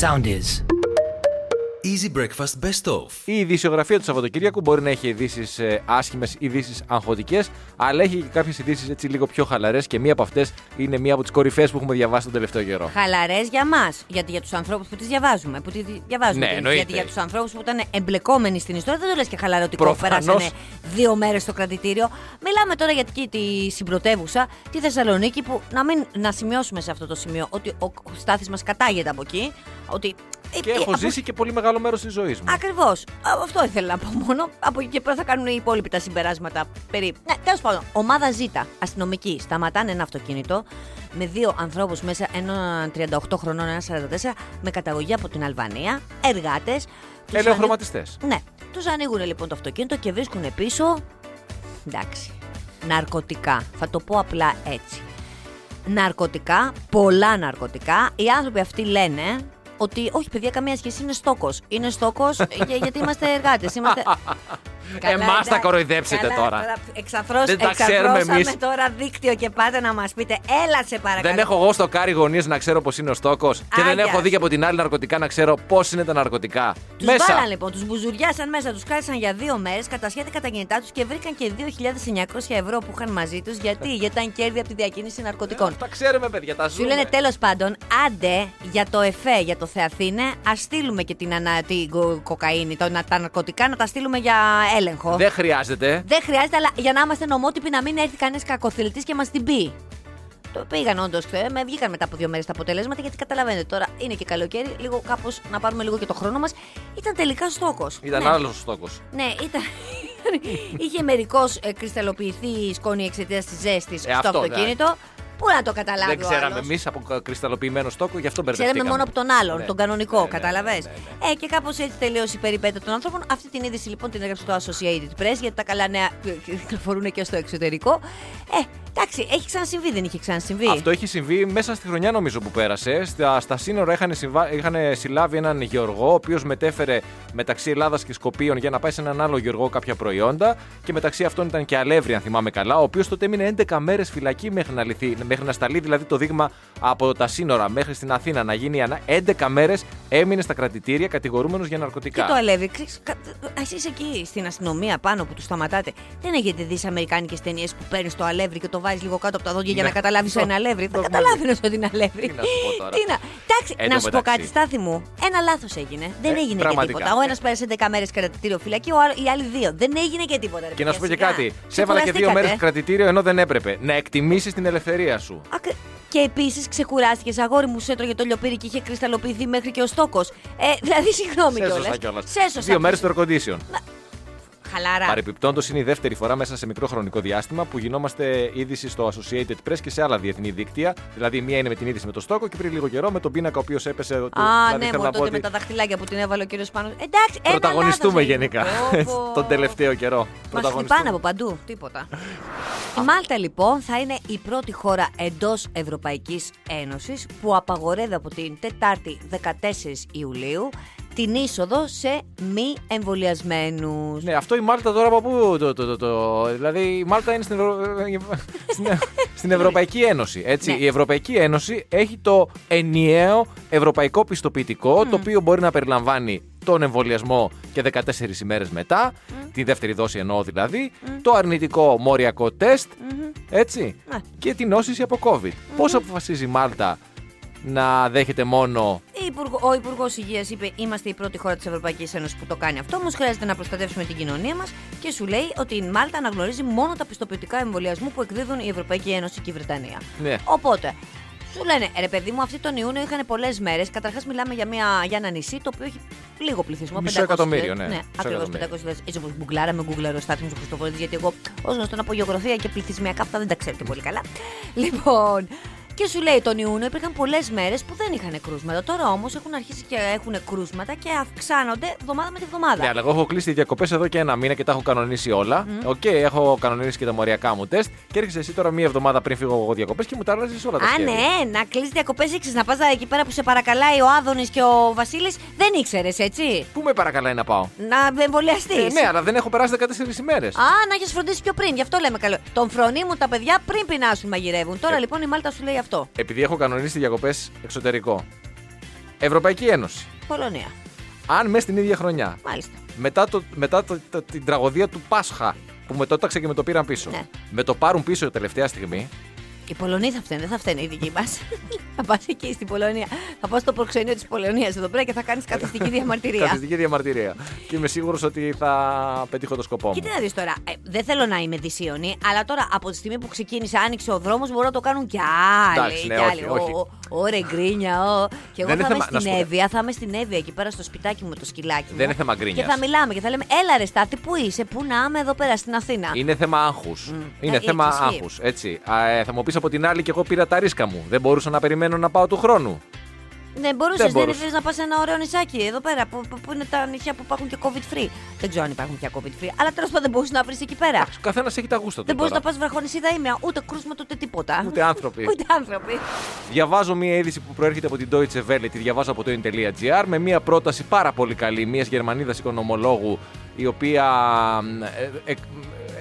Sound is. Easy Breakfast Best Of. Η ειδησιογραφία του Σαββατοκύριακου μπορεί να έχει ε, ειδήσει άσχημες, ειδήσεις αγχωτικές, αλλά έχει και κάποιες ειδήσεις έτσι λίγο πιο χαλαρές και μία από αυτές είναι μία από τις κορυφαίε που έχουμε διαβάσει τον τελευταίο καιρό. Χαλαρές για μας. Γιατί για τους ανθρώπους που τις διαβάζουμε. Που τις διαβάζουμε Ναι, τις- εννοείται. γιατί για τους ανθρώπους που ήταν εμπλεκόμενοι στην ιστορία δεν το λες και χαλαρό ότι Προφανώς. περάσανε δύο μέρες στο κρατητήριο. Μιλάμε τώρα για τη- τη συμπρωτεύουσα, τη Θεσσαλονίκη, που να, μην, να σημειώσουμε σε αυτό το σημείο ότι ο Στάθη μας κατάγεται από εκεί. Ότι ε, Και έχω ζήσει και πολύ μεγάλο μέρος της ζωής μου. Ακριβώς. Αυτό ήθελα να πω μόνο. Από εκεί και πέρα θα κάνουν οι υπόλοιποι τα συμπεράσματα. Περί... Ναι, τέλος πάντων. Ομάδα Ζ, αστυνομική, σταματάνε ένα αυτοκίνητο με δύο ανθρώπους μέσα, ένα 38 χρονών, ένα 44, με καταγωγή από την Αλβανία, εργάτες. Ελεοχρωματιστέ. Ναι. Τους ανοίγουν λοιπόν το αυτοκίνητο και βρίσκουν πίσω. Εντάξει. Ναρκωτικά. Θα το πω απλά έτσι. Ναρκωτικά, πολλά ναρκωτικά. Οι άνθρωποι αυτοί λένε ότι όχι, παιδιά, καμία σχέση είναι στόκος. Είναι στόκος για, γιατί είμαστε εργάτες. Είμαστε... Εμάς εντάξει. θα κοροϊδέψετε Καλά, τώρα. τώρα Εξαθρώς, Δεν τα ξέρουμε εξαθρώσαμε εμείς. τώρα δίκτυο και πάτε να μας πείτε, έλα σε παρακαλώ. Δεν έχω εγώ στο κάρι γωνίες να ξέρω πώς είναι ο στόχο και δεν Άγιας. έχω δει και από την άλλη ναρκωτικά να ξέρω πώς είναι τα ναρκωτικά. Τους βάλαν λοιπόν, τους μπουζουριάσαν μέσα, τους κάλεσαν για δύο μέρες, κατασχέθηκαν τα κινητά τους και βρήκαν και 2.900 ευρώ που είχαν μαζί τους. Γιατί, γιατί ήταν κέρδη από τη διακίνηση ναρκωτικών. Ε, Τα ξέρουμε, παιδιά, τα λοιπόν. Σου ζούμε. λένε τέλος πάντων, άντε για το ΕΦΕ, για το Θεαθήνε, ας στείλουμε και την, ανα, την κο- κοκαίνη, το, να, τα ναρκωτικά να τα στείλουμε για έλεγχο. Δεν χρειάζεται. Δεν χρειάζεται, αλλά για να είμαστε νομότυποι να μην έρθει κανένα κακοθελητή και μας την πει. Το πήγαν όντως, με βγήκαν μετά από δύο μέρες τα αποτελέσματα, γιατί καταλαβαίνετε τώρα είναι και καλοκαίρι, λίγο κάπως να πάρουμε λίγο και το χρόνο μας. Ήταν τελικά στόχο. Ήταν ναι. άλλος ο στόχο. Ναι, ήταν. Είχε μερικώς κρυσταλλοποιηθεί η σκόνη εξαιτίας της ζέστης στο Ε, αυτό, ναι. αυτοκίνητο. Πού να το καταλάβει Δεν ο ξέραμε άλλος. εμείς από κρυσταλλοποιημένο στόχο, γι' αυτό μπερδευτήκαμε. Ξέραμε μόνο από τον άλλον, Ναι. τον κανονικό, Ναι, ναι, ναι, καταλαβες. ναι, ναι, ναι. Ε, και κάπως έτσι τελείωσε η περιπέτεια των ανθρώπων. Αυτή την είδηση λοιπόν την έγραψε το Associated Press, γιατί τα καλά νέα ε, κυκλοφορούν και στο εξωτερικό. Ε, εντάξει, έχει ξανασυμβεί, δεν είχε ξανασυμβεί. Αυτό έχει συμβεί μέσα στη χρονιά νομίζω που πέρασε. Στα, στα σύνορα είχαν, συμβα... είχαν συλλάβει έναν γεωργό, ο οποίος μετέφερε μεταξύ Ελλάδας και Σκοπίων για να πάει σε έναν άλλο γεωργό κάποια προϊόντα. Και μεταξύ αυτών ήταν και αλεύρι, αν θυμάμαι καλά, ο οποίος τότε έμεινε 11 μέρες φυλακή μέχρι να, λυθεί, μέχρι να σταλεί δηλαδή το δείγμα από τα σύνορα μέχρι στην Αθήνα να γίνει η ανα... 11 μέρες έμεινε στα κρατητήρια κατηγορούμενος για ναρκωτικά. Και το αλεύει. Εσείς εκεί στην αστυνομία πάνω που τους σταματάτε, δεν έχετε δεις σε αμερικάνικες ταινίες που παίρνεις το αλεύρι και το βάζεις λίγο κάτω από τα δόντια για Ναι. να καταλάβει Το- ένα αλεύρι. Θα το καταλάβαινες ότι είναι αλεύρι. Τι να σου πω τώρα. Τι να- Εντάξει, Εν τω να σου πω μεταξύ. κάτι, Στάθη μου. Ένα λάθος έγινε. Δεν Ε, έγινε και πραγματικά. τίποτα. Ο ένας πέρασε 11 μέρες κρατητήριο φυλακή, ο άλλος- οι άλλοι δύο. Δεν έγινε και τίποτα. ρε Και να σου πω και παιδιά, κάτι. σιγά. Σε έβαλα και δύο μέρες Ξεκουραστήκατε. κρατητήριο ενώ δεν έπρεπε. Να εκτιμήσεις την ελευθερία σου. Ακρι- Και επίσης ξεκουράστηκες, αγόρι μου, σου έτρωγε το λιοπύρι και είχε κρυσταλλοποιηθεί μέχρι και ο στόκος. Ε, δηλαδή, συγγνώμη Σε κιόλας. σωστά κιόλα. Δύο μέρες στο air condition. Χαλαρά. Παρεπιπτόντως, είναι η δεύτερη φορά μέσα σε μικρό χρονικό διάστημα που γινόμαστε είδηση στο Associated Press και σε άλλα διεθνή δίκτυα. Δηλαδή, μία είναι με την είδηση με το στόκο και πριν λίγο καιρό με τον πίνακα ο οποίος έπεσε. του- Α, δηλαδή, ναι, θέλω να μου τότε πω με ότι τα Ε, δαχτυλάκια που την έβαλε ο κύριος Πάνος. Εντάξει, ένα Πρωταγωνιστούμε λάθος έγινε. γενικά Πω, πω. τον τελευταίο καιρό. Μας χτυπάνε από παντού, τίποτα. Η Μάλτα λοιπόν θα είναι η πρώτη χώρα εντός Ευρωπαϊκής Ένωσης που απαγορεύει από την Τετάρτη 14 Ιουλίου την είσοδο σε μη εμβολιασμένους. Ναι, αυτό η Μάλτα τώρα από πού. Το, το, το, το- δηλαδή, η Μάλτα είναι στην, Ευρω- στην, Ε- στην Ευρωπαϊκή Ένωση. Έτσι. Ναι. Η Ευρωπαϊκή Ένωση έχει το ενιαίο ευρωπαϊκό πιστοποιητικό, το οποίο μπορεί να περιλαμβάνει τον εμβολιασμό και 14 ημέρες μετά, τη δεύτερη δόση εννοώ δηλαδή, το αρνητικό μοριακό τεστ, έτσι, Ναι. και την νόσηση από COVID. Πώς αποφασίζει η Μάλτα να δέχεται μόνο Η Υπουργο- Ο Υπουργός Υγείας είπε: Είμαστε η πρώτη χώρα της Ευρωπαϊκής Ένωσης που το κάνει αυτό. Όμως χρειάζεται να προστατεύσουμε την κοινωνία μας και σου λέει ότι η Μάλτα αναγνωρίζει μόνο τα πιστοποιητικά εμβολιασμού που εκδίδουν η Ευρωπαϊκή Ένωση και η Βρετανία. Ναι. Οπότε, σου λένε: Ρε παιδί μου, αυτή τον Ιούνιο είχαν πολλές μέρες. Καταρχάς, μιλάμε για, μια, για ένα νησί το οποίο έχει λίγο πληθυσμό. Μισό 500.000. εκατομμύριο, ναι. ναι Μισό ακριβώς εκατομμύριο. 500.000. Έτσι όπως γκουγκλάραμε, γκουγκλάρω στάθμο του Χριστοφόρου, γιατί εγώ ω γνωστόν από γεωγραφία και πληθυσμιακά αυτά δεν τα ξέρω και πολύ καλά. Λοιπόν, και σου λέει τον Ιούνιο υπήρχαν πολλές μέρες που δεν είχαν κρούσματα. Τώρα όμως έχουν αρχίσει και έχουν κρούσματα και αυξάνονται εβδομάδα με τη Ναι, βδομάδα. αλλά εγώ έχω κλείσει διακοπές εδώ και ένα μήνα και τα έχω κανονίσει όλα. Οκ, έχω κανονίσει και τα μοριακά μου τεστ. Και έρχεσαι εσύ τώρα μία εβδομάδα πριν φύγω εγώ διακοπές και μου τα αλλάζεις όλα τα Α, σχέδια. ναι, να κλείσει διακοπές ήξερες να πας εκεί πέρα που σε παρακαλάει ο Άδωνης και ο Βασίλης. Δεν ήξερες, έτσι. Πού με παρακαλάει να πάω. Να εμβολιαστείς. Ε, ναι, αλλά δεν έχω περάσει 14 ημέρες. Α, να έχεις φροντίσει πιο πριν, γι' αυτό λέμε καλό. Τον φρονίμουν τα παιδιά πριν πεινάσουν μαγειρεύουν. Τώρα Ε. λοιπόν η Μάλτα σου λέει αυτό. Επειδή έχω κανονίσει διακοπές εξωτερικό. Ευρωπαϊκή Ένωση. Πολωνία. Αν μέσα στην ίδια χρονιά, Μάλιστα. μετά, το, μετά το, το- την τραγωδία του Πάσχα, που με το τάξε και με το πήραν πίσω, Ναι. με το πάρουν πίσω τελευταία στιγμή, Οι Πολωνοί θα φταίνε, δεν θα φταίνε οι δικοί μας. θα πας εκεί στην Πολωνία. Θα πας στο προξενείο της Πολωνίας εδώ πέρα και θα κάνεις καθιστική διαμαρτυρία. καθιστική διαμαρτυρία. και είμαι σίγουρος ότι θα πετύχω το σκοπό μου. Κοίτα να δεις τώρα. Ε, δεν θέλω να είμαι δυσίωνη, αλλά τώρα από τη στιγμή που ξεκίνησε, άνοιξε ο δρόμος, μπορούν να το κάνουν κι άλλοι. Εντάξει, ναι, κι άλλοι. όχι, όχι. Ο, ο, ο, ρε γκρίνια, ο. Και εγώ Δεν είναι θα είμαι θέμα- να στην σου πω κάτι. Εύβοια, θα είμαι στην Εύβοια εκεί πέρα στο σπιτάκι μου, το σκυλάκι μου. Δεν είναι θέμα γκρίνιας. Και θα μιλάμε και θα λέμε, έλα ρε Στάθη, πού είσαι, πού να είμαι εδώ πέρα στην Αθήνα. Είναι θέμα άγχους. Είναι Ε, θέμα ισχύει. άγχους. Έτσι. Α, ε, θα μου πεις από την άλλη και εγώ πήρα τα ρίσκα μου. Δεν μπορούσα να περιμένω να πάω του χρόνου. Ναι, μπορούσες, Δεν δεν μπορούσες. ήθελες να πας σε ένα ωραίο νησάκι εδώ πέρα που, που, που είναι τα νησιά που υπάρχουν και COVID free. Δεν ξέρω αν υπάρχουν πια COVID free, αλλά τέλος πάντων δεν μπορούσες να βρεις εκεί πέρα. Ο καθένας έχει τα γούστα του. Δεν μπορείς να τώρα. πας βραχονισίδα ήμια, ούτε κρούσμα ούτε τίποτα. Ούτε άνθρωποι. Ούτε άνθρωποι. Διαβάζω μία είδηση που προέρχεται από την Deutsche Welle, τη διαβάζω από το in.gr, με μία πρόταση πάρα πολύ καλή μιας Γερμανίδας οικονομολόγου, η οποία μ, ε, ε, ε,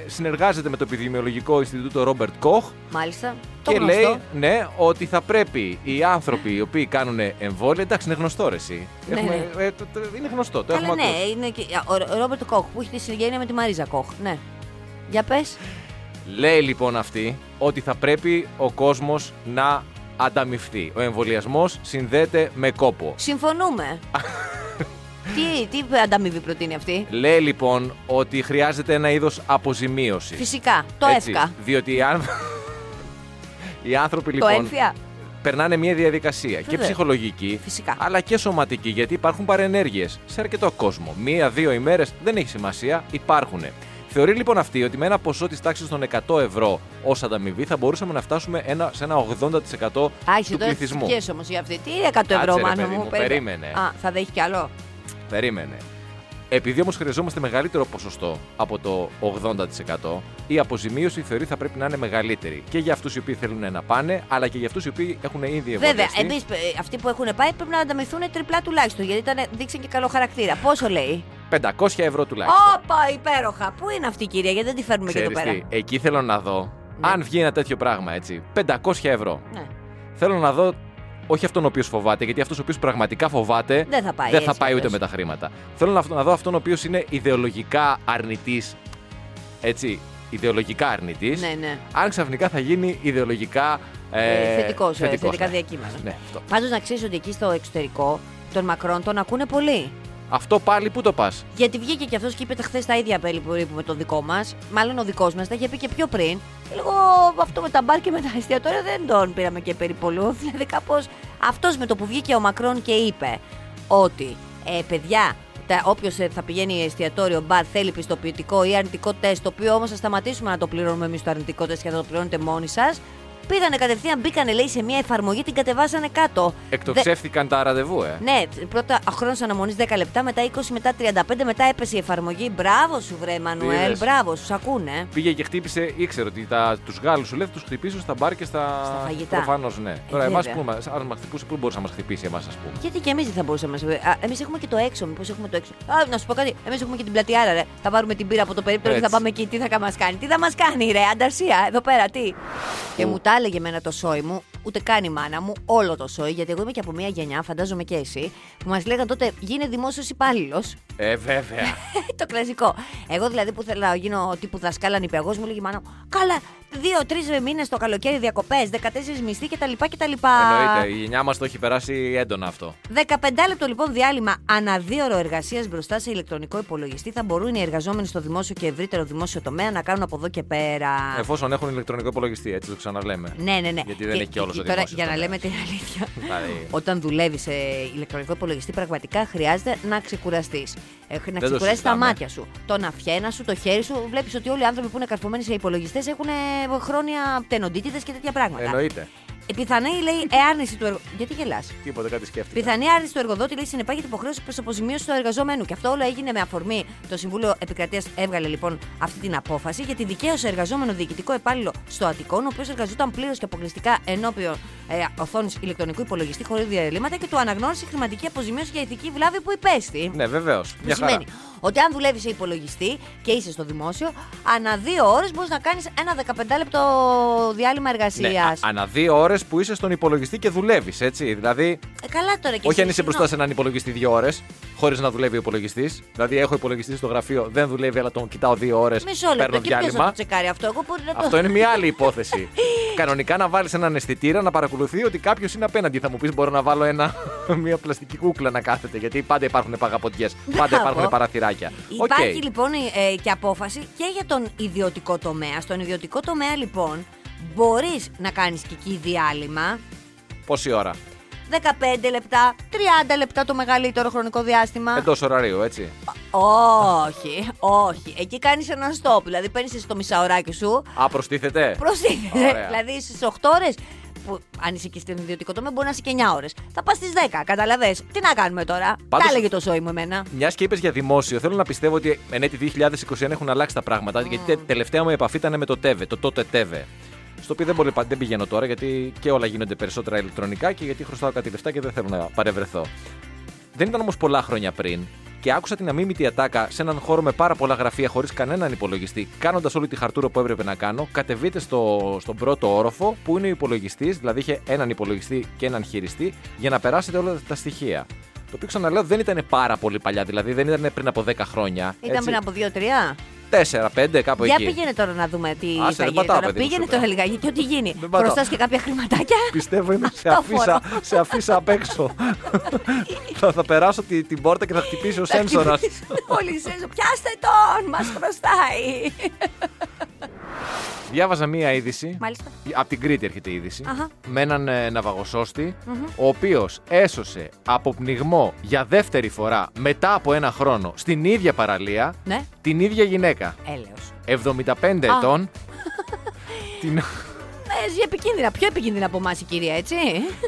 συνεργάζεται με το Επιδημιολογικό Ινστιτούτο Robert Koch Μάλιστα. Το και γνωστό. λέει ναι, ότι θα πρέπει οι άνθρωποι οι οποίοι κάνουν εμβόλια. Εντάξει, είναι γνωστό ρε, εσύ. Ναι, Έχουμε- ε, το- το- είναι γνωστό, το Αλλά έχουμε ναι, ακούσει. είναι και. Ο Ρο- ο Ρόμπερτ Κόχ που έχει τη συγγένεια με τη Μαρίζα Κόχ. Ναι. Για πες. Λέει λοιπόν αυτή ότι θα πρέπει ο κόσμος να ανταμυφθεί. Ο εμβολιασμός συνδέεται με κόπο. Συμφωνούμε. τι, τι ανταμοιβή προτείνει αυτή. Λέει λοιπόν ότι χρειάζεται ένα είδος αποζημίωσης. Φυσικά. Το εύκα. Διότι αν... οι άνθρωποι Το λοιπόν έμφυα. περνάνε μια διαδικασία και Βέβαια. ψυχολογική Φυσικά. αλλά και σωματική γιατί υπάρχουν παρενέργειες σε αρκετό κόσμο. Μία-δύο ημέρες δεν έχει σημασία, υπάρχουν. Θεωρεί λοιπόν αυτή ότι με ένα ποσό της τάξης των 100 ευρώ ως ανταμοιβή θα μπορούσαμε να φτάσουμε ένα, σε ένα 80% Άχισε του τώρα τι πληθυσμού. όμως για αυτή. Τι είναι 100 ευρώ, Κάτσε, ρε, μάνα παιδί μου. μου, περίμενε. περίμενε. Α, θα δέχει κι άλλο. Περίμενε. Επειδή όμως χρειαζόμαστε μεγαλύτερο ποσοστό από το 80%, η αποζημίωση θεωρεί θα πρέπει να είναι μεγαλύτερη. Και για αυτούς οι οποίοι θέλουν να πάνε, αλλά και για αυτούς οι οποίοι έχουν ήδη εμβολιαστεί. Βέβαια, εμεί αυτοί που έχουν πάει πρέπει να ανταμυθούν τριπλά τουλάχιστον. Γιατί ήταν, δείξαν και καλό χαρακτήρα. Πόσο λέει. 500 ευρώ τουλάχιστον. Όπα, υπέροχα. Πού είναι αυτή η κυρία, γιατί δεν τη φέρνουμε και εδώ Ξέρεις πέρα. τι, εκεί θέλω να δω. Ναι. Αν βγει ένα τέτοιο πράγμα, έτσι. 500 ευρώ. Ναι. Θέλω να δω όχι αυτόν ο οποίος φοβάται, γιατί αυτός ο οποίος πραγματικά φοβάται Δεν θα πάει. δεν θα έτσι, πάει ούτε αλλιώς. με τα χρήματα. Θέλω να, να δω αυτόν ο οποίος είναι ιδεολογικά αρνητής. Έτσι, ιδεολογικά αρνητής. Ναι, ναι. αν ξαφνικά θα γίνει ιδεολογικά Ε, θετικός, ε, θετικά ναι. διακείμενα. Ναι, αυτό. Πάντως να ξέρεις ότι εκεί στο εξωτερικό των Μακρόν τον ακούνε πολύ. αυτό πάλι πού το πας. Γιατί βγήκε και αυτός και είπε χθες τα ίδια περίπου με τον δικό μας. Μάλλον ο δικός μας τα είχε πει και πιο πριν. Και λίγο αυτό με τα μπαρ και με τα εστιατόρια δεν τον πήραμε και περιπολού. Δηλαδή κάπως αυτός με το που βγήκε ο Μακρόν και είπε ότι «Ε, παιδιά, όποιο θα πηγαίνει εστιατόριο μπαρ θέλει πιστοποιητικό ή αρνητικό τεστ, το οποίο όμως θα σταματήσουμε να το πληρώνουμε εμείς το αρνητικό τεστ και θα το πληρώνετε μόνοι σας. Πήγανε κατευθείαν, μπήκανε λέει σε μια εφαρμογή, την κατεβάσανε κάτω. Δε- Εκτοξεύτηκαν τα ραντεβού, ε. ναι, πρώτα χρόνος αναμονής 10 λεπτά, μετά 20, μετά 35, μετά έπεσε η εφαρμογή. Μπράβο σου, βρε Μανουέλ, Είδες. μπράβο σου, σ' ακούνε. Πήγε και χτύπησε, ήξερε ότι τους Γάλλους σου λέει θα τους χτυπήσουν στα μπαρ και στα. Στα φαγητά. Ε, Προφανώς, ναι. Τώρα, εμάς βέβαια. που μας- αν μας χτυπούσε, πού μπορούσε να μας χτυπήσει εμάς, ας πούμε. Γιατί και εμείς δεν θα μπορούσαμε να Εμείς έχουμε και το έξω. Μήπως έχουμε το έξω. Α, να σου πω κάτι. Εμείς έχουμε και την πλατιάρα, ρε. Θα πάρουμε την πύρα από το περίπτερο και θα Έτσι. πάμε εκεί. Τι θα μας κάνει, τι θα μας κάνει, ρε. Ανταρσία, εδώ πέρα, τι. Και μου τα έλεγε εμένα το σόι μου, ούτε καν η μάνα μου, όλο το σόι, γιατί εγώ είμαι και από μια γενιά, φαντάζομαι και εσύ, που μας λέγανε τότε γίνε δημόσιος υπάλληλος. Ε, βέβαια. το κλασικό. Εγώ δηλαδή που ήθελα να γίνω τύπου δασκάλα νηπιαγός, μου λέγει η μάνα μου, Καλά, δύο-τρει μήνες το καλοκαίρι διακοπές, 14 μισθοί κτλ. κτλ. Εννοείται. Η γενιά μας το έχει περάσει έντονα αυτό. 15 λεπτό λοιπόν διάλειμμα αναδίωρο εργασίας μπροστά σε ηλεκτρονικό υπολογιστή θα μπορούν οι εργαζόμενοι στο δημόσιο και ευρύτερο δημόσιο τομέα να κάνουν από εδώ και πέρα. Εφόσον έχουν ηλεκτρονικό υπολογιστή, έτσι το ξαναλέμε. Ναι, ναι, ναι. Ε, Γιατί δεν έχει και όλος ο Τώρα, δημόσιος για να τομέας. λέμε την αλήθεια, Δηλαδή, όταν δουλεύει σε ηλεκτρονικό υπολογιστή, πραγματικά χρειάζεται να ξεκουραστείς. Να το ξεκουράσει τα συζητάμε. μάτια σου, τον αφιένα σου, το χέρι σου. Βλέπεις ότι όλοι οι άνθρωποι που είναι καρφωμένοι σε υπολογιστές έχουν ε, χρόνια πτενοντίτιδες και τέτοια πράγματα. Εννοείται. Ε, Πιθανή λέει ε, άρνηση του εργο... Γιατί γελάς. Τίποτα, κάτι σκέφτηκα. Πιθανή άρνηση του εργοδότη λέει συνεπάγεται υποχρέωση προς αποζημίωση του εργαζομένου. Και αυτό όλο έγινε με αφορμή. Το Συμβούλιο Επικρατείας έβγαλε λοιπόν αυτή την απόφαση γιατί δικαίωσε εργαζόμενο διοικητικό υπάλληλο στο Αττικόν, ο οποίος εργαζόταν πλήρως και αποκλειστικά ενώπιον ε, οθόνης ηλεκτρονικού υπολογιστή χωρίς διαλύματα και του αναγνώρισε χρηματική αποζημίωση για ηθική βλάβη που υπέστη. Ναι, βεβαίως. Που σημαίνει ότι αν δουλεύεις σε υπολογιστή και είσαι στο δημόσιο, ανά δύο ώρες μπορείς να κάνεις ένα 15 λεπτό διάλειμμα εργασία. Ναι, α- ανά δύο ώρες ώρε που είσαι στον υπολογιστή και δουλεύεις, έτσι. Δηλαδή, Ε, καλά τώρα και όχι αν εσύ, είσαι μπροστά συγγνώμη. σε έναν υπολογιστή δύο ώρες, χωρίς να δουλεύει ο υπολογιστής. Δηλαδή, έχω υπολογιστή στο γραφείο, δεν δουλεύει, αλλά τον κοιτάω δύο ώρες. Μισό λεπτό Παίρνω και ποιος θα το διάλειμμα. τσεκάρει αυτό. Εγώ μπορεί να το. Αυτό είναι μια άλλη υπόθεση. Κανονικά να βάλεις έναν αισθητήρα να παρακολουθεί ότι κάποιος είναι απέναντι. Θα μου πεις: Μπορώ να βάλω ένα, μια πλαστική κούκλα να κάθεται. Γιατί πάντα υπάρχουν παγαποντιές, πάντα Μπράβο. υπάρχουν παραθυράκια. Οκ. Υπάρχει λοιπόν ε, και απόφαση και για τον ιδιωτικό τομέα. Στον ιδιωτικό τομέα λοιπόν μπορείς να κάνεις και εκεί διάλειμμα. Πόση ώρα. 15 λεπτά, 30 λεπτά το μεγαλύτερο χρονικό διάστημα. Εντός ωραρίου, έτσι. Όχι, όχι. Εκεί κάνεις ένα stop. Δηλαδή παίρνεις το μισάωράκι σου. Α, προστίθεται. Προσέχε. Ωραία. δηλαδή στις 8 ώρες που αν είσαι και στην ιδιωτικό τομέα μπορεί να είσαι και 9 ώρες. Θα πας στις 10, καταλαβες. Τι να κάνουμε τώρα. Πάντως- Τα έλεγε το ζώη μου εμένα. Μιας και είπες για δημόσιο, θέλω να πιστεύω ότι εν έτη 2021 έχουν αλλάξει τα πράγματα. Γιατί τε- τελευταία μου επαφή ήταν με το ΤΕΒΕ, το τότε ΤΕΒΕ. Στο οποίο δεν, πολύ, δεν πηγαίνω τώρα, γιατί και όλα γίνονται περισσότερα ηλεκτρονικά και γιατί χρωστάω κάτι λεφτά και δεν θέλω να παρευρεθώ. Δεν ήταν όμως πολλά χρόνια πριν και άκουσα την αμίμητη ατάκα σε έναν χώρο με πάρα πολλά γραφεία χωρίς κανέναν υπολογιστή. Κάνοντας όλη τη χαρτούρα που έπρεπε να κάνω, κατεβείτε στο, στον πρώτο όροφο που είναι ο υπολογιστής, δηλαδή είχε έναν υπολογιστή και έναν χειριστή, για να περάσετε όλα τα στοιχεία. Το οποίο ξαναλέω δεν ήταν πάρα πολύ παλιά, δηλαδή δεν ήταν πριν από 10 χρόνια. Ήταν πριν από 2-3. 4-5 κάπου Για εκεί. πήγαινε τώρα να δούμε τι Άσε, θα δεν γίνει πατάω, τώρα. παιδί μου, Πήγαινε σήμερα. τώρα λιγάκι και ό,τι γίνει. Δεν πατάω. Μπροστά και κάποια χρηματάκια. Πιστεύω είμαι σε Αυτό αφήσα, φορώ. σε αφήσα απ' έξω. θα, θα περάσω τη- την πόρτα και θα χτυπήσει ο Τα σένσορας. χτυπήσει Όλοι οι σένσορ. Πιάστε τον! Μας χρωστάει. Διάβαζα μία είδηση. Μάλιστα. Από την Κρήτη έρχεται η είδηση. Αχα. Με έναν ε, ναυαγοσώστη, ο οποίος έσωσε από πνιγμό για δεύτερη φορά μετά από ένα χρόνο στην ίδια παραλία Ναι, την ίδια γυναίκα. έλεος. 75 ετών. την, Ναι, ζει επικίνδυνα. Πιο επικίνδυνα από εμάς η κυρία, έτσι.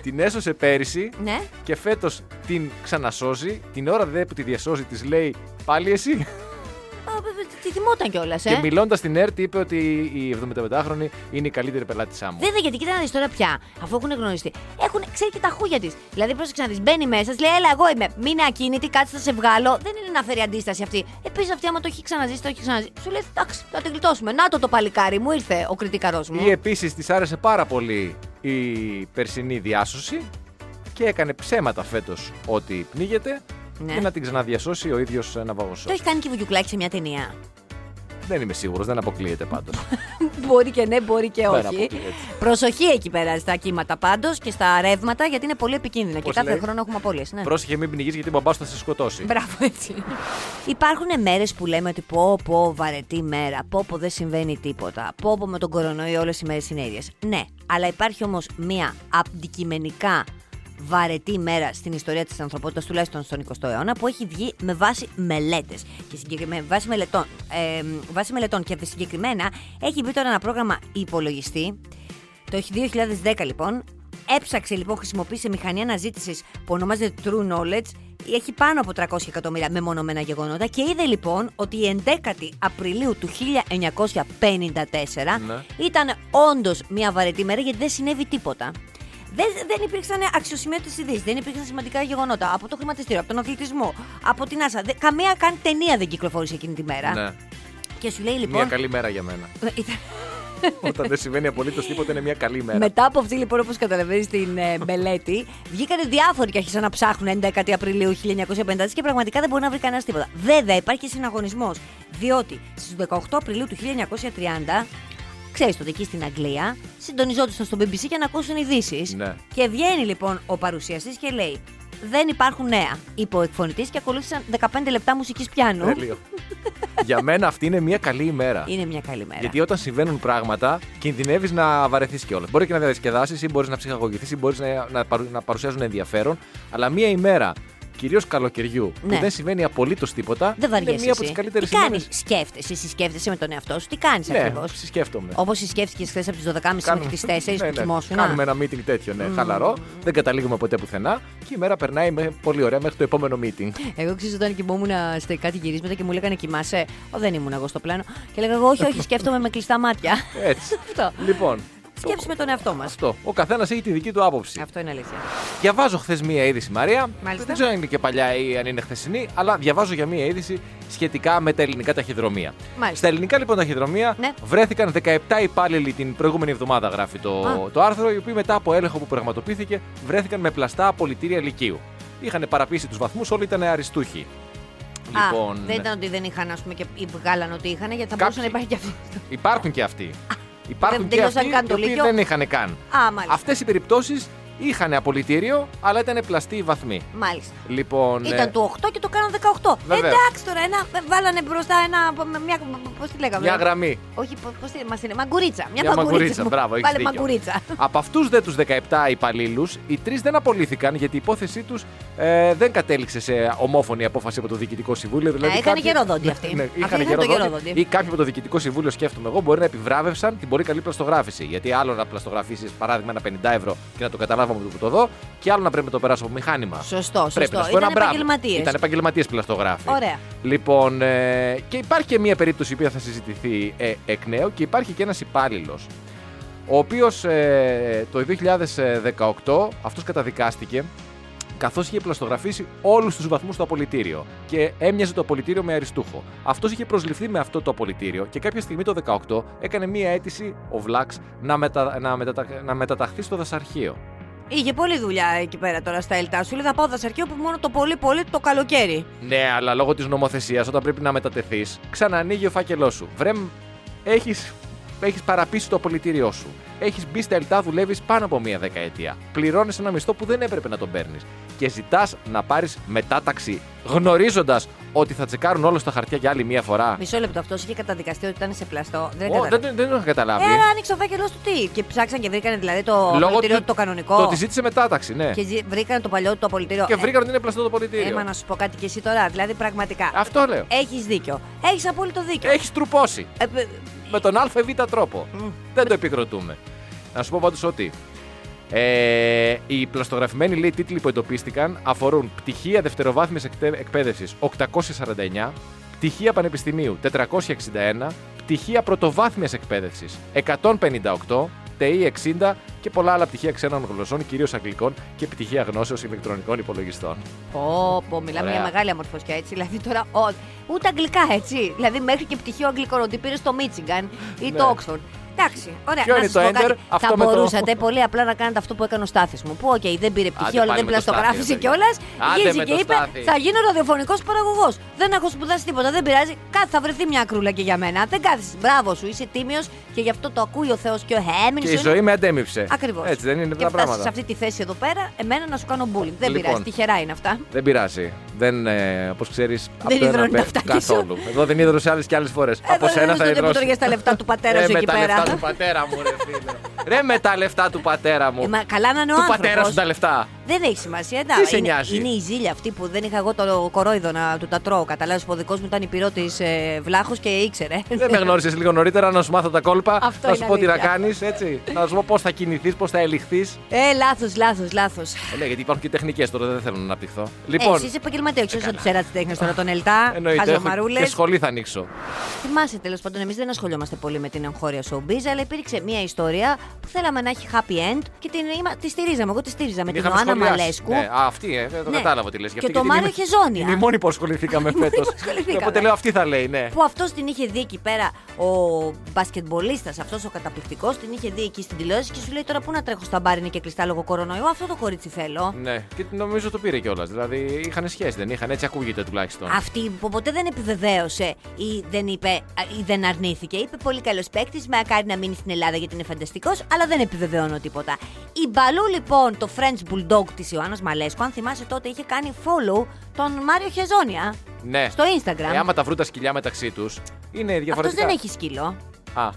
την έσωσε πέρυσι Ναι. και φέτος την ξανασώζει. Την ώρα δε που τη διασώζει, της λέει πάλι εσύ. Α, βέβαια, Τη θυμόταν κιόλας, Και ε. μιλώντας στην ΕΡΤ, είπε ότι η 75χρονη είναι η καλύτερη πελάτησά μου. Βέβαια, γιατί κοίτα να δεις τώρα πια, αφού έχουν γνωριστεί, έχουν, ξέρει και τα χούγια της. Δηλαδή, πρόσεξε να δεις, μπαίνει μέσα, της λέει, Έλα, εγώ είμαι. Μείνε ακίνητη, κάτσε, θα σε βγάλω. Δεν είναι να φέρει αντίσταση αυτή. Επίση, αυτή, άμα το έχει ξαναζήσει, το έχει ξαναζήσει. Σου λέει, Εντάξει, θα την γλιτώσουμε. Να το το παλικάρι μου, ήρθε ο κριτικαρός μου. Ή επίσης της άρεσε πάρα πολύ η περσινή διάσωση και έκανε ψέματα φέτος ότι πνίγεται Ναι. για να την ξαναδιασώσει ο ίδιος ναυαγός. Το έχει κάνει και βουγιουκλάκι σε μια ταινία. Δεν είμαι σίγουρος, δεν αποκλείεται πάντως. μπορεί και ναι, μπορεί και Δεν Ε, όχι. αποκλείεται. Προσοχή εκεί πέρα στα κύματα πάντως και στα ρεύματα, γιατί είναι πολύ επικίνδυνα. Πώς και κάθε λέει? χρόνο έχουμε απολύσει. Ναι. Πρόσεχε μην πνιγείς γιατί μπαμπάς θα σε σκοτώσει. Μπράβο, έτσι. Υπάρχουν μέρες που λέμε ότι πω, πω, βαρετή μέρα, πω, πω, δεν συμβαίνει τίποτα. Πω, πω, με τον κορονοϊό όλες οι μέρες είναι ίδιες. Ναι, αλλά υπάρχει όμως μία αντικειμενικά βαρετή μέρα στην ιστορία της ανθρωπότητας, τουλάχιστον στον 20ο αιώνα, που έχει βγει με βάση μελέτες. Και συγκεκριμένα, βάση μελετών, ε, βάση μελετών και συγκεκριμένα έχει μπει τώρα ένα πρόγραμμα υπολογιστή το 2010 λοιπόν, έψαξε λοιπόν, χρησιμοποίησε μηχανή αναζήτησης που ονομάζεται True Knowledge. Έχει πάνω από 300 εκατομμύρια μεμονωμένα γεγονότα και είδε λοιπόν ότι η 11η Απριλίου του 1954 Ναι. ήταν όντως μια βαρετή μέρα γιατί δεν συνέβη τίποτα. Δεν, δεν υπήρξαν αξιοσημείωτες ειδήσεις, δεν υπήρξαν σημαντικά γεγονότα από το χρηματιστήριο, από τον αθλητισμό, από την Άσα. καμία καν ταινία δεν κυκλοφορούσε εκείνη τη μέρα. Ναι. Και σου λέει λοιπόν. Ε, Μια καλή μέρα για μένα. Ήταν- Όταν δεν συμβαίνει απολύτως τίποτα είναι μια καλή μέρα. Μετά από αυτή, λοιπόν, όπως καταλαβαίνεις την ε, μελέτη, βγήκανε διάφοροι και άρχισαν να ψάχνουν 11 Απριλίου 1950 και πραγματικά δεν μπορεί να βρει κανένας τίποτα. Βέβαια, υπάρχει και συναγωνισμός. Διότι στις 18 Απριλίου του 1930, ξέρεις τότε εκεί στην Αγγλία, συντονιζόντουσαν στο BBC για να ακούσουν ειδήσεις. Ναι. Και βγαίνει λοιπόν ο παρουσιαστής και λέει: Δεν υπάρχουν νέα. Είπε ο εκφωνητής και ακολούθησαν 15 λεπτά μουσικής πιάνου. Τέλειο. για μένα αυτή είναι μια καλή ημέρα. Είναι μια καλή μέρα. Γιατί όταν συμβαίνουν πράγματα, κινδυνεύεις να βαρεθείς κιόλας. Μπορεί και να διασκεδάσεις ή μπορείς να ψυχαγωγηθείς ή μπορείς να, να, παρου- να παρουσιάζουν ενδιαφέρον. Αλλά μία ημέρα, κυρίως καλοκαιριού, Ναι. που δεν συμβαίνει απολύτως τίποτα, Δεν είναι βαριέσαι. μία από εσύ. τις καλύτερε Τι κάνεις, ημέρες. σκέφτεσαι, εσύ σκέφτεσαι με τον εαυτό σου, τι κάνεις Ναι, ακριβώς. σκέφτομαι. Όπως συσκέφτηκες χθες από τις 12.30 Κάνουμε- μέχρι Ναι, τι 4 που ναι. κοιμόσουν. Κάνουμε ένα meeting τέτοιο, ναι, χαλαρό. Δεν καταλήγουμε ποτέ πουθενά και η μέρα περνάει με, πολύ ωραία μέχρι το επόμενο meeting. Εγώ ξέρω όταν κοιμόμουν ε, σε κάτι γυρίσματα και μου λέγανε κοιμάσαι. Ω, δεν ήμουν εγώ στο πλάνο. Και λέγα εγώ, όχι, όχι, σκέφτομαι με κλειστά μάτια. Έτσι. Αυτό. λοιπόν, Σκέψη με τον εαυτό μας. Αυτό. Αυτό. Ο καθένας έχει τη δική του άποψη. είναι αλήθεια. Διαβάζω χθες μία είδηση, Μαρία. Μάλιστα. Δεν ξέρω αν είναι και παλιά ή αν είναι χθεσινή, αλλά διαβάζω για μία είδηση σχετικά με τα ελληνικά ταχυδρομεία. Μάλιστα. Στα ελληνικά λοιπόν ταχυδρομεία Ναι. βρέθηκαν 17 υπάλληλοι την προηγούμενη εβδομάδα, γράφει το, Α. το άρθρο, οι οποίοι μετά από έλεγχο που πραγματοποιήθηκε βρέθηκαν με πλαστά απολυτήρια λυκείου. Είχαν παραπείσει τους βαθμούς, όλοι ήταν αριστούχοι. Α, δεν ήταν ότι δεν είχαν, ας πούμε, και ή βγάλαν ότι είχαν, γιατί θα Λοιπόν, ναι. Κάποιοι. μπορούσε να υπάρχει και αυτή. Υπάρχουν και αυτοί. Υπάρχουν δεν και τελειώσαν αυτοί καν οι το οποίοι Λύκειο. δεν είχαν καν. Α, μάλιστα. Αυτές οι περιπτώσεις είχαν απολυτήριο, αλλά ήταν πλαστοί οι βαθμοί. Μάλιστα. Λοιπόν, ε, Ήταν του 8 και το κάναν 18. Βεβαίως. Εντάξει τώρα, ένα, βάλανε μπροστά ένα. Μια, πώς τη λέγαμε. μια γραμμή. Όχι, πώς πώς είναι, μας είναι. Μαγκουρίτσα. Μια, Μια μαγκουρίτσα, μου. μπράβο, έχεις Πάλι δίκιο. μαγκουρίτσα. Από αυτούς δε του 17 υπαλλήλους, οι τρεις δεν απολύθηκαν γιατί η υπόθεσή τους ε, δεν κατέληξε σε ομόφωνη απόφαση από το Διοικητικό Συμβούλιο. Δηλαδή είχαν κάποιοι- γερόδοντι Ε, αυτοί. Ναι, Αυτοί είχαν είχαν το γερόδοντι. γερόδοντι. Ή κάποιοι από το Διοικητικό Συμβούλιο, σκέφτομαι εγώ, μπορεί να επιβράβευσαν την πολύ καλή πλαστογράφηση. Γιατί άλλο να πλαστογραφήσεις, παράδειγμα, ένα 50 ευρώ και να το καταλάβαμε που το δω, και άλλο να πρέπει να το περάσω από μηχάνημα. Σωστό, σωστό. Πρέπει να σου πω Ήταν ένα μπράβο. επαγγελματίες. Ήταν επαγγελματίες πλαστογράφοι. Ωραία. Λοιπόν, ε, και υπάρχει και μία περίπτωση η οποία θα συζητηθεί ε, εκ νέου και υπάρχει και ένας υπάλληλος. Ο οποίος το 2018 αυτός καταδικάστηκε καθώς είχε πλαστογραφήσει όλους τους βαθμούς στο απολυτήριο και έμοιαζε το απολυτήριο με αριστούχο. Αυτός είχε προσληφθεί με αυτό το απολυτήριο και κάποια στιγμή το 18 έκανε μία αίτηση ο Βλάξ να, μετα, να, μετατα- να μεταταχθεί στο δασαρχείο. Είχε πολλή δουλειά εκεί πέρα τώρα στα Ελτά. Σου λέει θα πάω δασαρχείο που μόνο το πολύ πολύ το καλοκαίρι. Ναι, αλλά λόγω της νομοθεσίας, όταν πρέπει να μετατεθείς, ξανανοίγει ο φάκελός σου. Βρε, έχεις έχεις παραπείσει το απολυτήριό σου. Έχεις μπει στα ελτά, δουλεύεις πάνω από μία δεκαετία. Πληρώνεις ένα μισθό που δεν έπρεπε να τον παίρνεις. Και ζητάς να πάρεις μετάταξη, γνωρίζοντας ότι θα τσεκάρουν όλα στα χαρτιά για άλλη μία φορά. Μισό λεπτό αυτός είχε καταδικαστεί ότι ήταν σε πλαστό. Δεν Ω, κατάλαβα. δεν, δεν το είχα καταλάβει. Έλα, άνοιξε ο φάκελο του τι. Και ψάξαν και βρήκαν δηλαδή το απολυτήριο του- το κανονικό. Το ότι ζήτησε μετάταξη, ναι. Και ζη- βρήκαν το παλιό του το απολυτήριο. Και Ε, βρήκαν ότι είναι πλαστό το απολυτήριο. Έμα να σου πω κάτι και εσύ τώρα. Δηλαδή πραγματικά. Αυτό λέω. Έχεις δίκιο. Έχεις απόλυτο δίκιο. Έχεις τρουπώσει. Ε, π- με τον ΑΒ τρόπο. Μμ. Δεν το επικροτούμε. Να σου πω πάντως ότι. Ε, οι πλαστογραφημένοι λέει, τίτλοι που εντοπίστηκαν αφορούν πτυχία δευτεροβάθμιας εκπαίδευση 849, πτυχία πανεπιστημίου 461, πτυχία πρωτοβάθμιας εκπαίδευσης 158, ΤΕΙ 60 και πολλά άλλα πτυχία ξένων γλωσσών, κυρίως αγγλικών και πτυχία γνώσεως ηλεκτρονικών υπολογιστών. Πω, πω, μιλάμε Ωραία. για μεγάλη αμορφωσιά έτσι. Δηλαδή τώρα, ό, ούτε αγγλικά έτσι. Δηλαδή μέχρι και πτυχίο αγγλικών ότι πήρες στο Μίτσιγκαν ή Ναι. το Όξφορντ. Εντάξει, ωραία. Ποιο να είναι σας το πω enter, κάτι. αυτό Θα με το- μπορούσατε πολύ απλά να κάνετε αυτό που έκανε ο Στάθης μου. Που, οκ, δεν πήρε πτυχίο, αλλά πάλι δεν με το Στάθη, ρε πλαστογράφησε παιδιά. κιόλας. Άντε Γύρισε με και το είπε, Στάθη. θα γίνω ραδιοφωνικός παραγωγός. Δεν έχω σπουδάσει τίποτα, δεν πειράζει. Κάτι θα βρεθεί μια ακρούλα και για μένα. Δεν κάθεσαι. Μπράβο σου, είσαι τίμιος και γι' αυτό το ακούει ο Θεός και ο Χέμιν. Και η ζωή με αντέμιψε. Ακριβώς. Έτσι δεν είναι και τα φτάσεις πράγματα. σε αυτή τη θέση εδώ πέρα, εμένα να σου κάνω bullying. Δεν Λοιπόν. πειράζει, τυχερά είναι αυτά. Δεν πειράζει. Δεν, ε, όπως ξέρεις, από το ένα υδρώνει πέ- αυτά κι εσύ. καθόλου. Εδώ δεν ίδρωσε άλλες και άλλες φορές. Από σένα θα Ε, δεν που υδρώσει. τρώγες τα λεφτά του πατέρας Ρε, σου με εκεί τα πέρα. λεφτά του πατέρα μου, ρε φίλε. ρε με τα λεφτά του πατέρα μου. Ε, μα καλά να είναι ο του πατέρα σου άνθρωπος. τα λεφτά. Δεν έχει σημασία, Τι σε εντάξει. Είναι, νοιάζει? είναι η ζήλια αυτή που δεν είχα εγώ το κορόιδο να του τα τρώω. Καταλάβεις που ο δικός μου ήταν υπηρώτη ε, βλάχος και ήξερε. Δεν Ε, με γνώρισες λίγο νωρίτερα να σου μάθω τα κόλπα, Ε, Αυτό να είναι σου πω τι να αλήθεια. κάνεις, έτσι. Να σου πω πώς θα κινηθείς, πώς θα ελιχθείς. ε, λάθος, λάθος, λάθος. Ε, ναι, γιατί υπάρχουν και τεχνικές τώρα, δεν θέλω να αναπτυχθώ. Λοιπόν, Ε, Εσύ είσαι επαγγελματίας, ξέρεις ότι σέρα τη τέχνη τώρα τον Ελτά, εννοείται. έχω χαζομαρούλες. Και σχολή θα ανοίξω. Θυμάσαι τέλος πάντων, εμείς δεν ασχολιόμαστε πολύ με την εγχώρια showbiz, αλλά υπήρξε μια ιστορία που θέλαμε να έχει happy end και την, είμα- τη στηρίζαμε. Εγώ τη στήριζα με την Είχαμε Ιωάννα σχολιάσει. Μαλέσκου. Ναι, α, αυτή, ε, δεν το Ναι. κατάλαβα τι λες. Και το Μάριο Χεζόνια. Είναι η μόνη που ασχοληθήκαμε μόνη φέτο. που ασχοληθήκαμε. Οπότε λέω αυτή θα λέει, ναι. Που αυτός την είχε δει εκεί πέρα, ο μπασκετμπολίστας, αυτός ο καταπληκτικός, την είχε δει εκεί στην τηλεόραση και σου λέει τώρα πού να τρέχω στα μπάρ είναι και κλειστά λόγω κορονοϊού. Αυτό το κορίτσι θέλω. Ναι, και νομίζω το πήρε κιόλας. Δηλαδή είχαν σχέση, δεν είχαν, έτσι ακούγεται τουλάχιστον. Αυτή που ποτέ δεν επιβεβαίωσε ή δεν, είπε, α, ή δεν αρνήθηκε. Είπε πολύ καλός παίκτης, μακάρι να μείνει στην Ελλάδα γιατί είναι φανταστικός, αλλά δεν επιβεβαιώνω τίποτα. Η Μπαλού λοιπόν, το French Bulldog της Ιωάννας Μαλέσκου, αν θυμάσαι τότε είχε κάνει follow τον Μάριο Χεζόνια ναι. στο Instagram. Ε, άμα τα βρουν τα σκυλιά μεταξύ τους, είναι διαφορετικά. Αυτό δεν έχει σκύλο. Α, Α,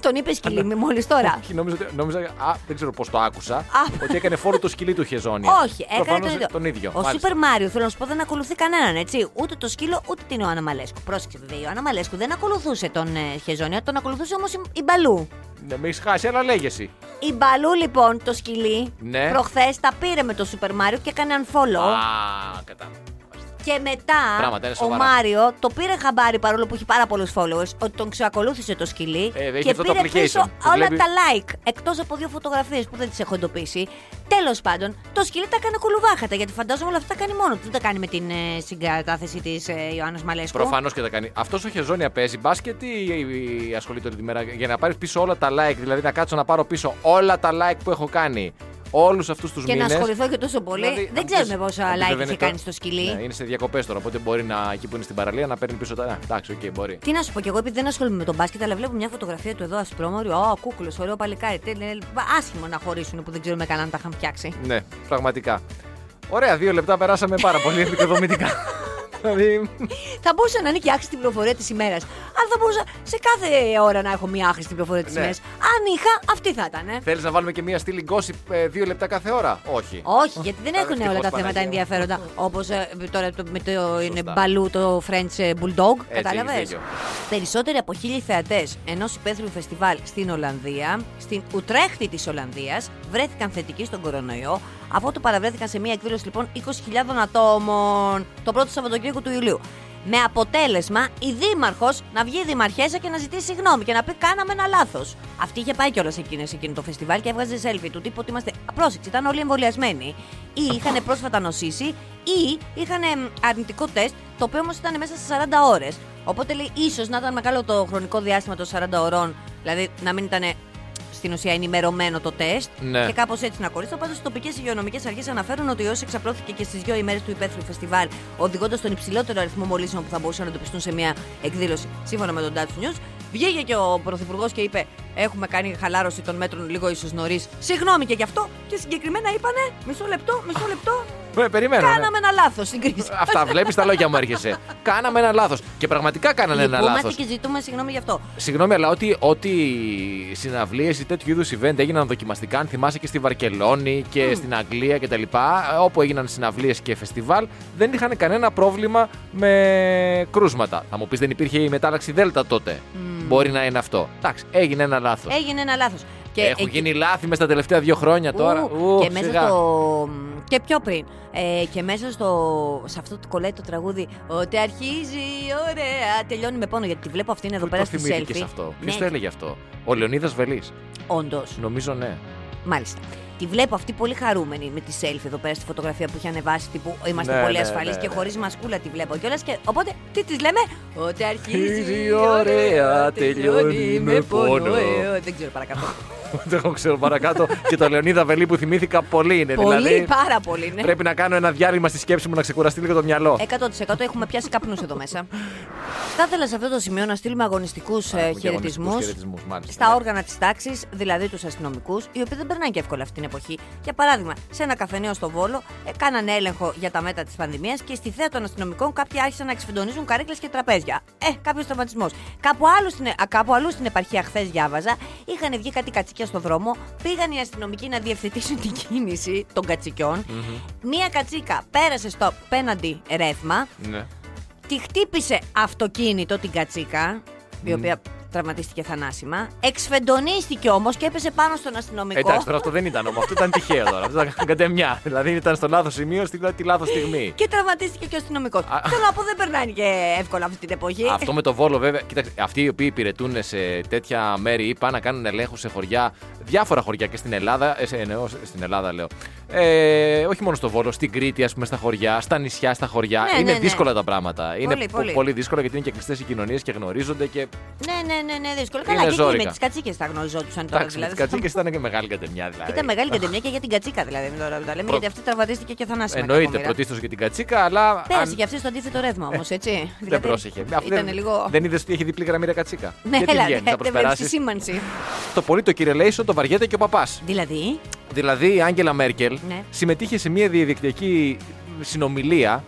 τον είπε σκυλί, μόλις τώρα. όχι, νόμιζα, ότι- νόμιζα- α, δεν ξέρω πώς το άκουσα. Α. ότι έκανε φόρο το σκυλί του Χεζόνια. Όχι, έκανε Ναι. Προφανώς τον ίδιο. τον ίδιο. Ο μάλιστα. Σούπερ Μάριο, θέλω να σου πω, δεν ακολουθεί κανέναν, έτσι. Ούτε το σκύλο, ούτε την Ιωάννα Μαλέσκου. Πρόσεξε, βέβαια, η Ιωάννα Μαλέσκου δεν ακολουθούσε τον ε, Χεζόνια, τον ακολουθούσε όμως η, η Μπαλού. Ναι, με έχεις χάσει, αλλά λέγεσαι. Η Μπαλού, λοιπόν, το σκυλί, Ναι. προχθές τα πήρε με το Σούπερ Μάριο και έκανε unfollow. Α, κατά. Μάλιστα. Και μετά Πράγματα είναι ο σοβαρά. Μάριο το πήρε χαμπάρι παρόλο που έχει πάρα πολλούς followers ότι τον ξακολούθησε το σκυλί Ε, έχει και αυτό το πήρε application πίσω που όλα βλέπει. τα like εκτός από δύο φωτογραφίες που δεν τις έχω εντοπίσει. Τέλος πάντων, το σκυλί τα έκανε κουλουβάχατα γιατί φαντάζομαι όλα αυτά τα κάνει μόνος του. Δεν τα κάνει με την ε, συγκατάθεση της ε, Ιωάννα Μαλέσκου. Προφανώς και τα κάνει. Αυτός ο Χεζόνια παίζει μπάσκετ ή ή- ή ασχολείται όλη τη μέρα για να πάρεις πίσω όλα τα like. Δηλαδή να κάτσω να πάρω πίσω όλα τα like που έχω κάνει. Όλους αυτούς τους μήνε. Και να ασχοληθώ και τόσο πολύ. Δηλαδή, δεν ξέρουμε πόσα like είχε κάνει στο σκυλί. Ναι, είναι σε διακοπές τώρα, οπότε μπορεί να, εκεί που είναι στην παραλία να παίρνει πίσω τα. Α, Εντάξει, οκ, μπορεί. Τι να σου πω κι εγώ, επειδή δεν ασχολούμαι με τον μπάσκετ, αλλά βλέπω μια φωτογραφία του εδώ ασπρόμαριο. Ω, κούκλος, ωραίο παλικάρι. Τι λένε, Άσχημο να χωρίσουν που δεν ξέρουμε καλά αν τα είχαν φτιάξει. Ναι, πραγματικά. Ωραία, δύο λεπτά περάσαμε πάρα πολύ επικοδομητικά. δηλαδή, θα μπορούσε να είναι και η άχρηστη πληροφορία της ημέρας. Αν θα μπορούσα σε κάθε ώρα να έχω μια άχρηστη πληροφορία της Ναι. ημέρας. Αν είχα, αυτή θα ήταν. ε. θέλεις να βάλουμε και μία στήλη gossip ε, δύο λεπτά κάθε ώρα. Όχι. Όχι, γιατί δεν έχουν όλα τα ευτυχώς, θέματα Παναγία μου. ενδιαφέροντα. Όπως τώρα το, με το είναι Σωστά. μπαλού το French ε, Bulldog. έχεις Κατάλαβες. δίκιο. Περισσότεροι από χίλιοι θεατές ενός υπαίθριου φεστιβάλ στην Ολλανδία, στην Ουτρέχτη της Ολλανδίας, βρέθηκαν θετικοί στον κορονοϊό, αφού το παραβρέθηκαν σε μια εκδήλωση λοιπόν 20.000 ατόμων το πρώτο Σαββατοκύριακο του Ιουλίου. Με αποτέλεσμα η Δήμαρχος να βγει δημαρχέσα και να ζητήσει συγγνώμη και να πει: Κάναμε ένα λάθος. Αυτή είχε πάει κιόλας εκείνη σε εκείνο το φεστιβάλ και έβγαζε selfie του τύπου ότι είμαστε. Πρόσεξε, ήταν όλοι εμβολιασμένοι. Ή είχαν πρόσφατα νοσήσει ή είχαν εμ, αρνητικό τεστ, το οποίο όμως ήταν μέσα σε 40 ώρες. Οπότε λέει: ίσως να ήταν μεγάλο το χρονικό διάστημα των 40 ωρών, δηλαδή να μην ήταν στην ουσία ενημερωμένο το τεστ Ναι. και κάπως έτσι να κορίστο. Πάντως, οι τοπικές υγειονομικές αρχές αναφέρουν ότι ο ιό εξαπλώθηκε και στις δύο ημέρες του υπαίθριου φεστιβάλ, οδηγώντας τον υψηλότερο αριθμό μολύσεων που θα μπορούσαν να εντοπιστούν σε μια εκδήλωση. Σύμφωνα με τον Dutch News, βγήκε και ο Πρωθυπουργός και είπε: Έχουμε κάνει χαλάρωση των μέτρων λίγο ίσως νωρίς. Συγγνώμη και γι' αυτό. Και συγκεκριμένα είπανε: Μισό λεπτό, μισό λεπτό. Ε, περιμένω. ναι. Κάναμε ένα λάθος στην κρίση. Αυτά βλέπεις, τα λόγια μου έρχεσαι. Κάναμε ένα λάθος. Και πραγματικά κάνανε ένα Λυπούμαστε λάθος. και ζητούμε συγγνώμη γι' αυτό. Συγγνώμη, αλλά ό,τι, ό,τι συναυλίες ή τέτοιου είδους event έγιναν δοκιμαστικά, αν θυμάσαι και στη Βαρκελόνη και στην Αγγλία κτλ., όπου έγιναν συναυλίες και φεστιβάλ, δεν είχαν κανένα πρόβλημα με κρούσματα. Θα μου πεις δεν υπήρχε η μετάλλαξη Δέλτα τότε. Μπορεί να είναι αυτό. Εντάξει, έγινε ένα λάθος. Έγινε ένα λάθος. Έχουν γίνει λάθη μέσα τα τελευταία δύο χρόνια τώρα. Ε, Ου, Ου, και μέσα σιγά. στο. και πιο πριν. Ε, και μέσα στο. σε αυτό το κολλάει το τραγούδι. Ότι αρχίζει ωραία. Τελειώνει με πόνο γιατί τη βλέπω αυτήν εδώ Πού πέρα το στη θυμήθηκες selfie. αυτό. Ποιο Ναι, το έλεγε αυτό. Ο Λεωνίδας Βελής. Όντως. Νομίζω ναι. Μάλιστα. Τη βλέπω αυτή πολύ χαρούμενη με τη selfie εδώ πέρα στη φωτογραφία που είχε ανεβάσει. Τύπου είμαστε Ναι, πολύ ναι, ασφαλείς ναι, και ναι. χωρίς μασκούλα τη βλέπω κιόλας. Και... Οπότε τι της λέμε. Ότι αρχίζει Αρχίζει ωραία. ωραία, Τελειώνει τελειώνει με με πόνο. πόνο. Ε, δεν ξέρω παρακάτω. Το έχω ξέρω παρακάτω. και το Λεωνίδα Βελή που θυμήθηκα πολύ είναι. πολύ, δηλαδή, πάρα πολύ. Ναι. Πρέπει να κάνω ένα διάλειμμα στη σκέψη μου να ξεκουραστεί λίγο το μυαλό. 100% έχουμε πιάσει καπνού εδώ μέσα. Θα ήθελα σε αυτό το σημείο να στείλουμε ε, αγωνιστικούς χαιρετισμούς χαιρετισμούς, μάλιστα, στα ναι. όργανα της τάξης, δηλαδή τους αστυνομικούς, οι οποίοι δεν περνάνε και εύκολα αυτή την εποχή. Για παράδειγμα, σε ένα καφενείο στο Βόλο ε, κάνανε έλεγχο για τα μέτρα της πανδημίας και στη θέα των αστυνομικών κάποιοι άρχισαν να εξφεντονίζουν καρέκλε και τραπέζια. Ε, κάποιος τραυματισμός. Κάπου, άλλο στην- ε, α, κάπου αλλού στην επαρχία, χθες διάβαζα, είχαν βγει κάτι κατσίκια στο δρόμο, πήγαν οι αστυνομικοί να διευθετήσουν την κίνηση των κατσικιων Μία κατσίκα πέρασε στο απέναντι ρεύμα, Ναι. τη χτύπησε αυτοκίνητο την κατσίκα, η οποία τραυματίστηκε θανάσιμα. Εξφεντονίστηκε όμως και έπεσε πάνω στον αστυνομικό. Ε, Εντάξει, τώρα αυτό δεν ήταν όμως. Αυτό ήταν τυχαίο τώρα. Αυτό ήταν κατεμιά. Δηλαδή ήταν στο λάθος σημείο, στην τη λάθος στιγμή. Και τραυματίστηκε και ο αστυνομικός. Θέλω να πω, δεν περνάει και εύκολα αυτή την εποχή. Αυτό με το βόλο, βέβαια. Κοίταξε, αυτοί οι οποίοι υπηρετούν σε τέτοια μέρη ή πάνε να κάνουν ελέγχους σε χωριά, διάφορα χωριά και στην Ελλάδα. ε, σε- ναι, ως- στην Ελλάδα λέω. Ε, όχι μόνο στο βόλο, στην Κρήτη, ας πούμε, στα χωριά, στα νησιά, στα χωριά. Ναι, είναι ναι, ναι. δύσκολα τα πράγματα. Είναι Πολύ, πο- πολύ. δύσκολα γιατί είναι και κλειστές οι κοινωνίες και γνωρίζονται και. Ναι, ναι, ναι, ναι, δύσκολο. Είναι Καλά, και εκεί με ζόρικα. τις κατσίκες τα γνωριζόντουσαν τώρα. Εντάξει, με τι Δηλαδή. κατσίκες ήταν και μεγάλη κατεμιά δηλαδή. Ήταν μεγάλη κατεμία και για την κατσίκα δηλαδή. μην Τώρα, που τα λέμε, Προ- γιατί αυτή τραυματίστηκε και θανάσιμα. Εννοείται κακομοίρα. πρωτίστως για την κατσίκα, αλλά. Πέρασε αν- και αυτή στο αντίθετο ρεύμα όμως, έτσι. Δεν πρόσεχε. Αυτή Ήταν δεν, λίγο. δεν είδες ότι έχει διπλή γραμμή ρε κατσίκα. Ναι, Γιατί έλα, βγαίνεις, δεν θα δεν βλέπεις τη προσπεράσεις. σήμανση. Το πολύ το κύριε Λέισο το βαριέται και ο παπάς. Δηλαδή, Δηλαδή η Άγγελα Μέρκελ Ναι. συμμετείχε σε μια διαδικτυακή συνομιλία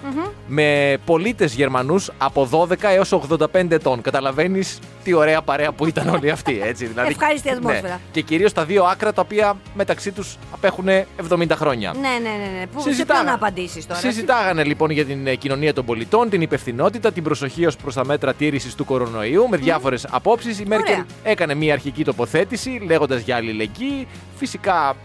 με πολίτες Γερμανούς από 12 έως 85 ετών. Καταλαβαίνεις τι ωραία παρέα που ήταν όλοι αυτοί, έτσι. Δηλαδή, Ευχάριστη ατμόσφαιρα. Και κυρίως τα δύο άκρα τα οποία μεταξύ τους απέχουν 70 χρόνια. ναι, ναι, ναι. ναι. Πού, σε Συζητάγα- ποιο να απαντήσεις τώρα. Συζητάγανε λοιπόν για την ε, κοινωνία των πολιτών, την υπευθυνότητα, την προσοχή ως προς τα μέτρα τήρησης του κορονοϊού με διάφορες απόψεις. Η Μέρκελ Ωραία. έκανε μια αρχική τοποθέτηση λέγοντας για αλληλεγγύη. Φυσικά,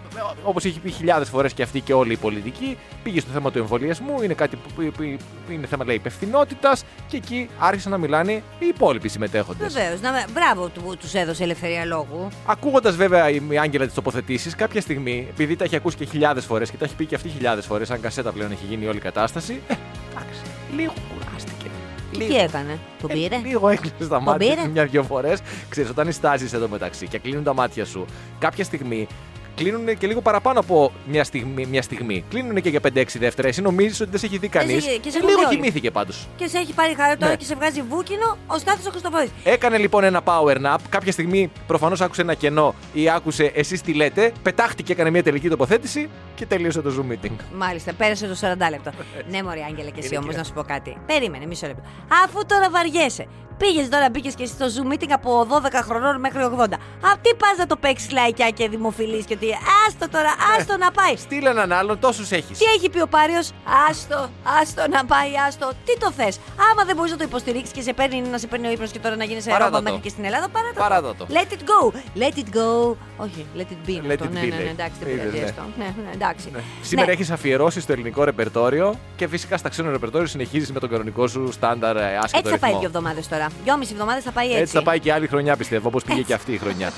όπω έχει πει χιλιάδες φορές και αυτή και όλη η πολιτική, Πήγε στο θέμα του εμβολιασμού, είναι κάτι που- που- που που είναι θέμα υπευθυνότητας και εκεί άρχισαν να μιλάνε οι υπόλοιποι συμμετέχοντες. Βεβαίως. Μπράβο που τους έδωσε ελευθερία λόγου. Ακούγοντας βέβαια η η Άγγελα τις τοποθετήσεις, κάποια στιγμή, επειδή τα έχει ακούσει και χιλιάδες φορές και τα έχει πει και αυτή χιλιάδες φορές, σαν κασέτα πλέον έχει γίνει η όλη η κατάσταση. Ε, εντάξει, λίγο κουράστηκε. Και Λίγο. τι έκανε, τον Ε, πήρε. λίγο έκλεισε τα μάτια πήρε? σου μια-δυο φορές. Ξέρεις, όταν στάζει εδώ μεταξύ και κλείνουν τα μάτια σου, κάποια στιγμή κλείνουν και λίγο παραπάνω από μια στιγμή. Μια στιγμή. Κλείνουν και για 5-6 δεύτερα. Εσύ νομίζεις ότι δεν σε έχει δει κανεί. σε- και σε έχουν δει λίγο όλοι. κοιμήθηκε πάντως. Και σε έχει πάρει χαρά τώρα Ναι. και σε βγάζει βούκινο ο Στάθος ο Χριστοφορής. Έκανε λοιπόν ένα power nap. Κάποια στιγμή προφανώς άκουσε ένα κενό ή άκουσε εσείς τι λέτε. Πετάχτηκε, έκανε μια τελική τοποθέτηση και τελείωσε το Zoom meeting. Μάλιστα, πέρασε το 40 λεπτό. ναι, Μωρή Άγγελε, και εσύ Είναι όμως και- να σου πω κάτι. Περίμενε, μισό λεπτό. Αφού τώρα βαριέσαι. Πήγες τώρα, μπήκες και εσύ στο Zoom meeting από 12 χρονών μέχρι 80. Α, τι πας να το παίξεις λαϊκιά και δημοφιλής και ότι. Άστο τώρα, Ε. άστο να πάει. Στείλε έναν άλλον, τόσους έχεις. Τι έχει πει ο Πάριος, Άστο, άστο να πάει, άστο. Τι το θες. Άμα δεν μπορείς να το υποστηρίξεις και σε παίρνει να σε παίρνει ο ύπνος και τώρα να γίνει σε Παράδοτο. Ρώμα μέχρι και στην Ελλάδα, παρά το. Παράδοτο. Let it go. Let it go. Όχι, let it be. είναι Let αυτό. it ναι, be, ναι, ναι, λέει. εντάξει, δεν Είδες, πειράζει. ναι. έστω. Ναι, ναι, εντάξει. Ναι. Ναι. Σήμερα έχεις αφιερώσεις στο ελληνικό ρεπερτόριο και φυσικά στα ξένο ρεπερτόριο συνεχίζεις με τον κανονικό σου στάνταρ ε, άσχετο Έτσι θα πάει δύο ρυθμό. εβδομάδες τώρα. Δυόμιση εβδομάδες θα πάει έτσι. Έτσι θα πάει και άλλη χρονιά πιστεύω, όπως πήγε και αυτή η χρονιά.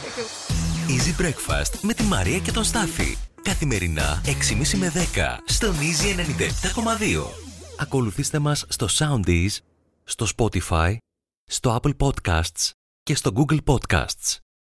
Easy Breakfast με τη Μαρία και τον Στάφη. Καθημερινά 6.30 με 10 στον Easy 97.2. Ακολουθήστε μας στο Soundees, στο Spotify, στο Apple Podcasts και στο Google Podcasts.